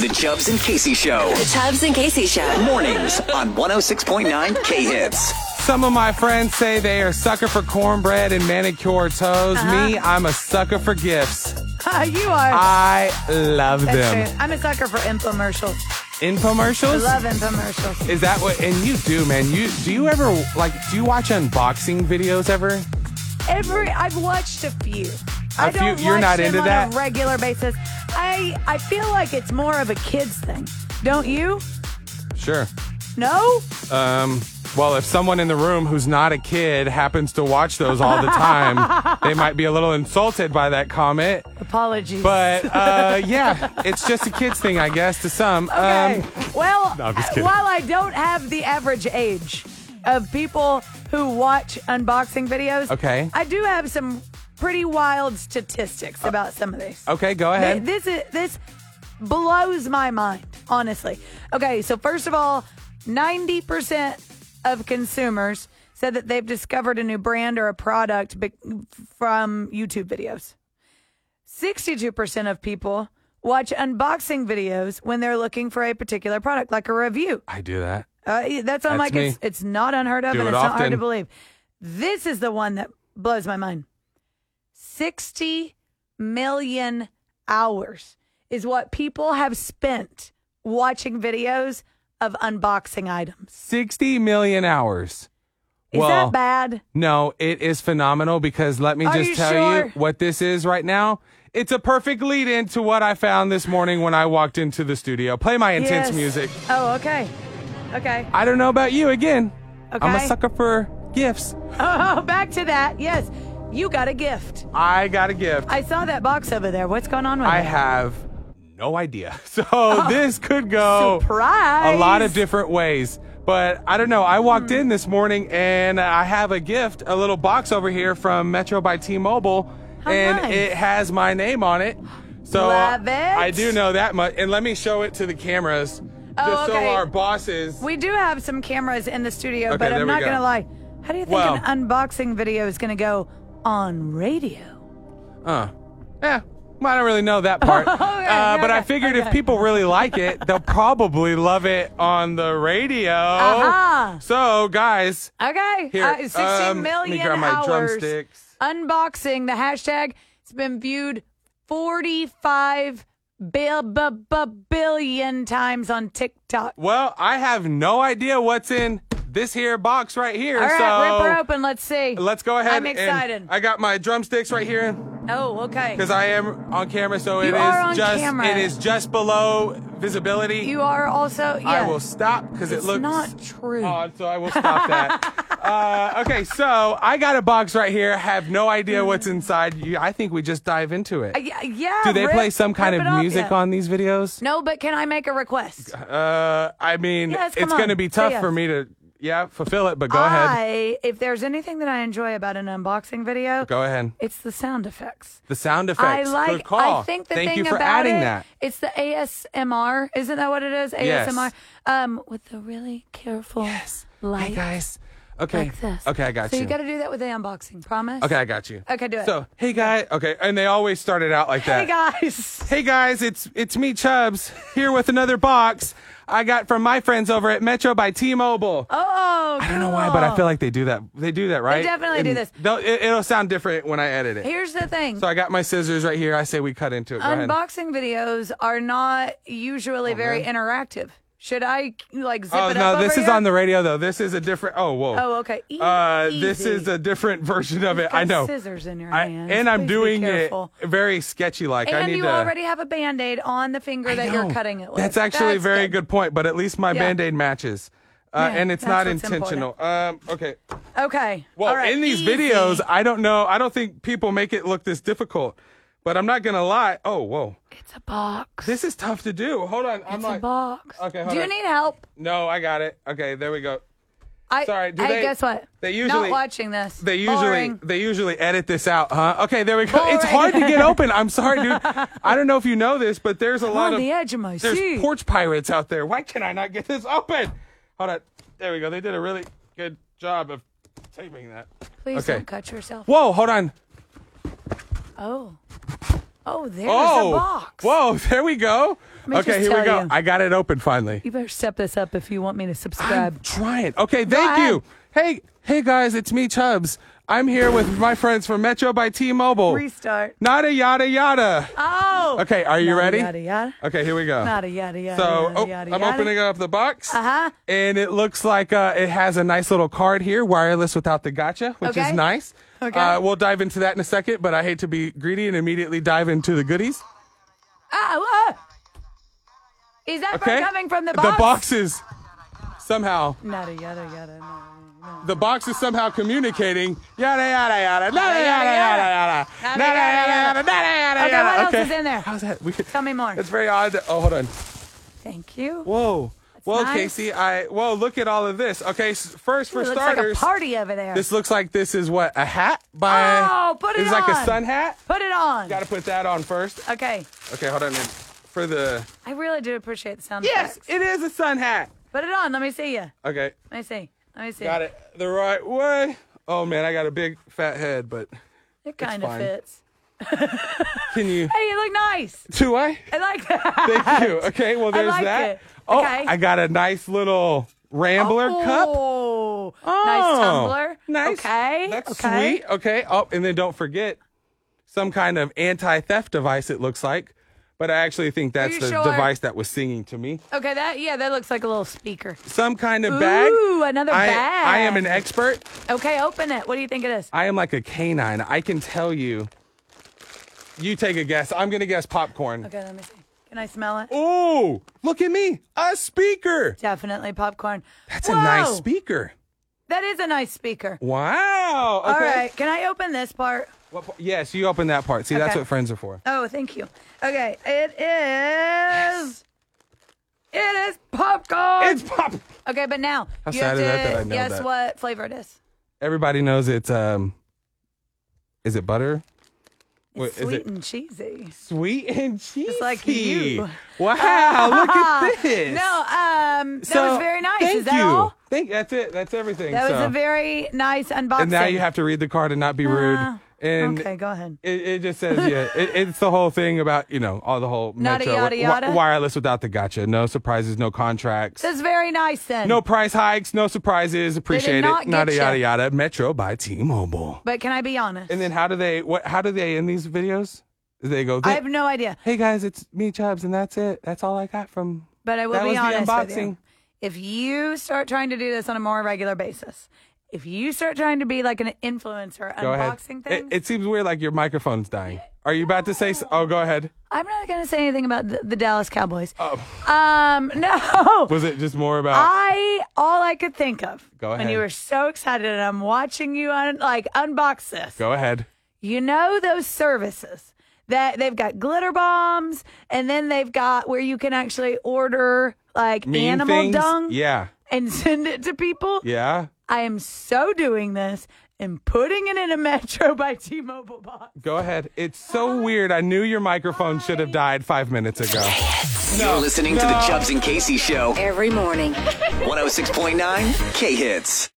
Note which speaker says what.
Speaker 1: The Chubbs and Casey Show.
Speaker 2: The Chubbs and Casey Show.
Speaker 1: Mornings on 106.9 K Hits.
Speaker 3: Some of my friends say they are sucker for cornbread and manicure toes.
Speaker 4: Uh-huh.
Speaker 3: Me, I'm a sucker for gifts.
Speaker 4: you are.
Speaker 3: I love
Speaker 4: That's
Speaker 3: Ah, them.
Speaker 4: true. I'm a sucker for infomercials. I
Speaker 3: Infomercials?
Speaker 4: love infomercials.
Speaker 3: Is that what? And you do, man. You do you ever like? Do you watch unboxing videos ever?
Speaker 4: Every I've watched a few.
Speaker 3: A
Speaker 4: I I don't
Speaker 3: few- you're
Speaker 4: watch
Speaker 3: not
Speaker 4: them
Speaker 3: into
Speaker 4: on
Speaker 3: that?
Speaker 4: a regular basis. I I feel like it's more of a kids thing. Don't you?
Speaker 3: Sure.
Speaker 4: No?
Speaker 3: Um. Well, if someone in the room who's not a kid happens to watch those all the time, they might be a little insulted by that comment.
Speaker 4: Apologies.
Speaker 3: But uh, yeah, it's just a kids thing, I guess, to some. Um,
Speaker 4: Okay. well,
Speaker 3: No, I'm just
Speaker 4: uh,
Speaker 3: kidding.
Speaker 4: while I don't have the average age of people who watch unboxing videos,
Speaker 3: Okay. Uh,
Speaker 4: I do have some pretty wild statistics about some of these.
Speaker 3: okay, go
Speaker 4: Th-
Speaker 3: ahead.
Speaker 4: This is this blows my mind, honestly. Okay, so first of all, 90% of consumers said that they've discovered a new brand or a product be- from YouTube videos. 62% of people watch unboxing videos when they're looking for a particular product, like a review.
Speaker 3: I do that.
Speaker 4: Uh, yeah, that's on
Speaker 3: That's
Speaker 4: like
Speaker 3: me.
Speaker 4: it's, it's not unheard of
Speaker 3: Do
Speaker 4: and
Speaker 3: it
Speaker 4: it's not hard to
Speaker 3: often.
Speaker 4: believe. This is the one that blows my mind. 60 million hours is what people have spent watching videos of unboxing items.
Speaker 3: 60 million hours.
Speaker 4: Is
Speaker 3: Well,
Speaker 4: that bad?
Speaker 3: No, it is phenomenal because let me
Speaker 4: Are
Speaker 3: just
Speaker 4: you
Speaker 3: tell
Speaker 4: sure?
Speaker 3: you what this is right now. It's a perfect lead in to what I found this morning when I walked into the studio. Play my intense
Speaker 4: Yes.
Speaker 3: music.
Speaker 4: Oh, okay. Okay.
Speaker 3: I don't know about you again. I'm a
Speaker 4: Okay.
Speaker 3: sucker for gifts.
Speaker 4: Oh, back to that. Yes. You got a gift.
Speaker 3: I got a gift.
Speaker 4: I saw that box over there. What's going on with
Speaker 3: I
Speaker 4: it?
Speaker 3: have no idea. So this could go
Speaker 4: Surprise!
Speaker 3: a lot of different ways. But I don't know. I walked
Speaker 4: Hmm.
Speaker 3: in this morning and I have a gift, a little box over here from Metro by T-Mobile,
Speaker 4: How
Speaker 3: and
Speaker 4: nice.
Speaker 3: it has my name on it. So
Speaker 4: Love it.
Speaker 3: I do know that much. And let me show it to the cameras,
Speaker 4: Oh,
Speaker 3: just so
Speaker 4: okay.
Speaker 3: our bosses.
Speaker 4: We do have some cameras in the studio,
Speaker 3: Okay,
Speaker 4: but
Speaker 3: there
Speaker 4: I'm
Speaker 3: we
Speaker 4: not
Speaker 3: go.
Speaker 4: going to lie. How do you think
Speaker 3: Wow.
Speaker 4: an unboxing video is going to go on radio?
Speaker 3: Uh, yeah. Well, I don't really know that part. uh, but I
Speaker 4: okay,
Speaker 3: figured if
Speaker 4: okay.
Speaker 3: people really like it, they'll probably love it on the radio.
Speaker 4: Uh-huh.
Speaker 3: So, guys,
Speaker 4: Okay.
Speaker 3: Here,
Speaker 4: uh, 16
Speaker 3: um, let me
Speaker 4: million
Speaker 3: grab my
Speaker 4: hours.
Speaker 3: drumsticks.
Speaker 4: Unboxing the hashtag. It's been viewed 45 bil- bu- bu- billion times on TikTok.
Speaker 3: well, I have no idea what's in this here box right here.
Speaker 4: All right,
Speaker 3: so,
Speaker 4: rip her open. Let's see.
Speaker 3: let's go ahead.
Speaker 4: I'm
Speaker 3: and-
Speaker 4: excited.
Speaker 3: I got my drumsticks right here
Speaker 4: oh, okay.
Speaker 3: because I am on camera, so it
Speaker 4: You are
Speaker 3: is
Speaker 4: on
Speaker 3: just
Speaker 4: camera.
Speaker 3: it is just below visibility.
Speaker 4: You are also. Yeah.
Speaker 3: I will stop because it
Speaker 4: It's
Speaker 3: looks
Speaker 4: not true.
Speaker 3: odd, so I will stop that. uh, okay, so I got a box right here. Have no idea what's inside. You, I think we just dive into it.
Speaker 4: Uh, Yeah. yeah,
Speaker 3: Do they
Speaker 4: rip-
Speaker 3: play some kind
Speaker 4: rip
Speaker 3: of
Speaker 4: it off,
Speaker 3: music
Speaker 4: yeah.
Speaker 3: on these videos?
Speaker 4: No, but can I make a request?
Speaker 3: Uh, I mean,
Speaker 4: Yes, come
Speaker 3: it's going to
Speaker 4: on,
Speaker 3: be tough
Speaker 4: say yes.
Speaker 3: for me to yeah fulfill it, but go ahead.
Speaker 4: I, if there's anything that I enjoy about an unboxing video,
Speaker 3: Go ahead.
Speaker 4: it's the sound effects.
Speaker 3: The sound effects.
Speaker 4: I like.
Speaker 3: Good call.
Speaker 4: I think the
Speaker 3: Thank
Speaker 4: thing
Speaker 3: you for
Speaker 4: about
Speaker 3: adding
Speaker 4: it,
Speaker 3: that.
Speaker 4: it's the ASMR. Isn't that what it is?
Speaker 3: Yes.
Speaker 4: ASMR. Um, with the really careful light,
Speaker 3: Hey guys. Okay.
Speaker 4: like this.
Speaker 3: Okay, I got
Speaker 4: so
Speaker 3: you.
Speaker 4: So you got to do that with the unboxing. Promise.
Speaker 3: okay, I got you.
Speaker 4: Okay, do it.
Speaker 3: So, hey guys. Okay, and they always started out like that.
Speaker 4: Hey guys.
Speaker 3: Hey guys, it's it's me Chubbs here with another box I got from my friends over at Metro by T-Mobile.
Speaker 4: Oh,
Speaker 3: I don't know why, but I feel like they do that. They do that, right?
Speaker 4: definitely
Speaker 3: And
Speaker 4: do this.
Speaker 3: they'll- It, it'll sound different when I edit it.
Speaker 4: Here's the thing.
Speaker 3: So I got my scissors right here. I say we cut into it. Go ahead.
Speaker 4: unboxing videos are not usually very interactive. Should I like zip
Speaker 3: Oh
Speaker 4: it
Speaker 3: no,
Speaker 4: up?
Speaker 3: this
Speaker 4: over
Speaker 3: is
Speaker 4: here?
Speaker 3: on the radio though. This is a different. Oh whoa.
Speaker 4: Oh, okay. E-
Speaker 3: Uh, this
Speaker 4: easy.
Speaker 3: is a different version of it.
Speaker 4: Got
Speaker 3: I know.
Speaker 4: Scissors in your
Speaker 3: I,
Speaker 4: hand.
Speaker 3: and I'm
Speaker 4: Please be
Speaker 3: doing it
Speaker 4: careful.
Speaker 3: very sketchy like. I
Speaker 4: And
Speaker 3: need
Speaker 4: you
Speaker 3: to.
Speaker 4: already have a band aid on the finger that you're
Speaker 3: No,
Speaker 4: cutting it with.
Speaker 3: That's actually a very good. point, but at least my
Speaker 4: Yeah.
Speaker 3: band aid matches. Uh,
Speaker 4: Yeah,
Speaker 3: and it's
Speaker 4: that's
Speaker 3: not
Speaker 4: what's
Speaker 3: intentional. Um, okay.
Speaker 4: Okay.
Speaker 3: Well,
Speaker 4: All right.
Speaker 3: in these
Speaker 4: Easy.
Speaker 3: videos, I don't know. I don't think people make it look this difficult, but I'm not going to lie. Oh, whoa.
Speaker 4: It's a box.
Speaker 3: This is tough to do. Hold on. I'm
Speaker 4: it's
Speaker 3: like,
Speaker 4: a box.
Speaker 3: Okay, hold
Speaker 4: Do you
Speaker 3: on.
Speaker 4: need help?
Speaker 3: no, I got it. Okay, there we go.
Speaker 4: I,
Speaker 3: Sorry, do
Speaker 4: hey,
Speaker 3: they-
Speaker 4: guess what?
Speaker 3: they usually-
Speaker 4: not watching this.
Speaker 3: They usually
Speaker 4: Boring.
Speaker 3: they usually edit this out, huh? Okay, there we go. It's hard
Speaker 4: Boring.
Speaker 3: to get open. I'm sorry, dude. I don't know if you know this, but there's a lot
Speaker 4: on
Speaker 3: of
Speaker 4: the edge of my
Speaker 3: there's
Speaker 4: seat.
Speaker 3: porch pirates out there. Why can I not get this open? Hold on. There we go. They did a really good job of taping that.
Speaker 4: Please
Speaker 3: Okay.
Speaker 4: don't cut yourself.
Speaker 3: Whoa, hold on.
Speaker 4: Oh. Oh, there's
Speaker 3: Oh,
Speaker 4: a box.
Speaker 3: whoa, there we go.
Speaker 4: me just
Speaker 3: Okay, here we
Speaker 4: tell
Speaker 3: go.
Speaker 4: you.
Speaker 3: I got it open finally.
Speaker 4: You better step this up if you want me to subscribe.
Speaker 3: I'm trying. Okay, thank
Speaker 4: ahead.
Speaker 3: you. Hey, hey guys, it's me, Chubbs. I'm here with my friends from Metro by T-Mobile.
Speaker 4: Restart.
Speaker 3: Nada yada yada.
Speaker 4: Oh.
Speaker 3: Okay, are you
Speaker 4: Yada,
Speaker 3: ready?
Speaker 4: yada, yada.
Speaker 3: Okay, here we go.
Speaker 4: Yada, yada, yada,
Speaker 3: So,
Speaker 4: yada,
Speaker 3: oh,
Speaker 4: yada,
Speaker 3: I'm
Speaker 4: yada.
Speaker 3: opening up the box,
Speaker 4: Uh-huh.
Speaker 3: and it looks like uh, it has a nice little card here, wireless without the gotcha, which
Speaker 4: Okay.
Speaker 3: is nice.
Speaker 4: Okay.
Speaker 3: Uh, we'll dive into that in a second, but I hate to be greedy and immediately dive into the goodies.
Speaker 4: Oh, oh. Is that
Speaker 3: Uh, Okay.
Speaker 4: from coming from the
Speaker 3: The
Speaker 4: box?
Speaker 3: boxes somehow.
Speaker 4: Yada, yada, yada. yada.
Speaker 3: The box is somehow communicating. Yada yada yada. Nada
Speaker 4: yada,
Speaker 3: yada
Speaker 4: yada.
Speaker 3: yada yada.
Speaker 4: Nada,
Speaker 3: Nada yada
Speaker 4: yada,
Speaker 3: yada. Nada yada
Speaker 4: Okay,
Speaker 3: yada.
Speaker 4: what else is in there?
Speaker 3: How's that? We-
Speaker 4: Tell me more.
Speaker 3: It's very odd. that- oh, hold on.
Speaker 4: Thank you.
Speaker 3: Whoa. Whoa,
Speaker 4: nice.
Speaker 3: Casey. I whoa. Look at all of this. Okay, s- first for
Speaker 4: it looks like
Speaker 3: starters,
Speaker 4: a party over there.
Speaker 3: this looks like this is what a hat by.
Speaker 4: Oh, put it
Speaker 3: It's like a
Speaker 4: on.
Speaker 3: sun hat.
Speaker 4: Put it on.
Speaker 3: Got to put that on first.
Speaker 4: Okay.
Speaker 3: Okay, hold on. For the
Speaker 4: I really do appreciate the sound
Speaker 3: yes,
Speaker 4: effects.
Speaker 3: it is a sun hat.
Speaker 4: Put it on. Let me see you.
Speaker 3: Okay,
Speaker 4: Let me see. Let me see.
Speaker 3: got it the right way. Oh man, I got a big fat head, but
Speaker 4: It kind of
Speaker 3: fine.
Speaker 4: fits.
Speaker 3: can you?
Speaker 4: Hey, you look nice.
Speaker 3: Do I?
Speaker 4: I like that.
Speaker 3: Thank you. Okay, well, there's
Speaker 4: like
Speaker 3: that.
Speaker 4: it.
Speaker 3: Oh,
Speaker 4: Okay.
Speaker 3: I got a nice little Rambler cup.
Speaker 4: Oh, nice
Speaker 3: Oh,
Speaker 4: tumbler.
Speaker 3: Nice.
Speaker 4: Okay.
Speaker 3: That's
Speaker 4: okay.
Speaker 3: sweet. Okay. Oh, and then don't forget some kind of anti theft device, it looks like. But I actually think that's
Speaker 4: you
Speaker 3: the
Speaker 4: sure?
Speaker 3: device that was singing to me.
Speaker 4: Okay, that yeah, that looks like a little speaker.
Speaker 3: Some kind of bag.
Speaker 4: Ooh, another
Speaker 3: I,
Speaker 4: bag.
Speaker 3: I am an expert.
Speaker 4: Okay, open it. What do you think it is?
Speaker 3: I am like a canine. I can tell you. You take a guess. I'm going to guess popcorn.
Speaker 4: Okay, let me see. Can I smell it?
Speaker 3: Oh, look at me. A speaker.
Speaker 4: Definitely popcorn.
Speaker 3: That's a nice
Speaker 4: Whoa!
Speaker 3: speaker.
Speaker 4: That is a nice speaker.
Speaker 3: Wow. Okay.
Speaker 4: All right, can I open this part?
Speaker 3: What par- yes, you open that part. See, that's
Speaker 4: Okay.
Speaker 3: what friends are for.
Speaker 4: Oh, thank you. Okay, it is. It is popcorn.
Speaker 3: It's pop.
Speaker 4: okay, but now
Speaker 3: How
Speaker 4: you
Speaker 3: sad
Speaker 4: have
Speaker 3: is
Speaker 4: to
Speaker 3: that that I know
Speaker 4: guess
Speaker 3: that?
Speaker 4: what flavor it is.
Speaker 3: Everybody knows it's um. Is it butter? Wait,
Speaker 4: It's
Speaker 3: is
Speaker 4: sweet
Speaker 3: it-
Speaker 4: and cheesy.
Speaker 3: Sweet and cheesy.
Speaker 4: like you.
Speaker 3: Wow! look
Speaker 4: Ah,
Speaker 3: at this.
Speaker 4: No, um, that
Speaker 3: So,
Speaker 4: was very nice.
Speaker 3: Thank
Speaker 4: is that
Speaker 3: you.
Speaker 4: all?
Speaker 3: Thank. That's it. That's everything.
Speaker 4: That was
Speaker 3: so.
Speaker 4: a very nice unboxing.
Speaker 3: And now you have to read the card and not be
Speaker 4: Ah,
Speaker 3: rude. And
Speaker 4: okay, go ahead.
Speaker 3: It, it just says yeah. it, it's the whole thing about you know all the whole
Speaker 4: Nada,
Speaker 3: metro
Speaker 4: yada,
Speaker 3: wi-
Speaker 4: yada.
Speaker 3: wireless without the gotcha. No surprises. No contracts.
Speaker 4: That's very nice then.
Speaker 3: No price hikes, no surprises. Appreciate
Speaker 4: not
Speaker 3: it.
Speaker 4: get
Speaker 3: Nada
Speaker 4: you.
Speaker 3: yada yada. Metro by T-Mobile.
Speaker 4: But can I be honest?
Speaker 3: And then how do they? What? How do they in these videos? They go.
Speaker 4: I have no idea.
Speaker 3: hey guys, it's me Chubbs, and that's it. That's all I got from.
Speaker 4: But I will
Speaker 3: That
Speaker 4: be
Speaker 3: was the
Speaker 4: honest with
Speaker 3: unboxing.
Speaker 4: you. If you start trying to do this on a more regular basis, if you start trying to be like an influencer
Speaker 3: Go ahead.
Speaker 4: unboxing
Speaker 3: It,
Speaker 4: things,
Speaker 3: it seems weird, like your microphone's dying. Are you about to say? s- Oh, go ahead.
Speaker 4: I'm not going to say anything about the, the Dallas Cowboys. Um, no.
Speaker 3: Oh. Was it just more about?
Speaker 4: Ah. I all I could think of
Speaker 3: Go
Speaker 4: when you
Speaker 3: ahead.
Speaker 4: were so excited and I'm watching you un, like unbox this.
Speaker 3: go ahead.
Speaker 4: You know those services that they've got glitter bombs and then they've got where you can actually order like
Speaker 3: Mean
Speaker 4: animal
Speaker 3: things?
Speaker 4: dung
Speaker 3: Yeah.
Speaker 4: and send it to people.
Speaker 3: Yeah.
Speaker 4: I am so doing this and putting it in a Metro by T-Mobile box.
Speaker 3: Go ahead. It's
Speaker 4: Ah.
Speaker 3: so weird. I knew your microphone should have died five minutes ago.
Speaker 1: You're listening to the Chubbs and Casey Show.
Speaker 2: Every morning.
Speaker 1: 106.9 K Hits.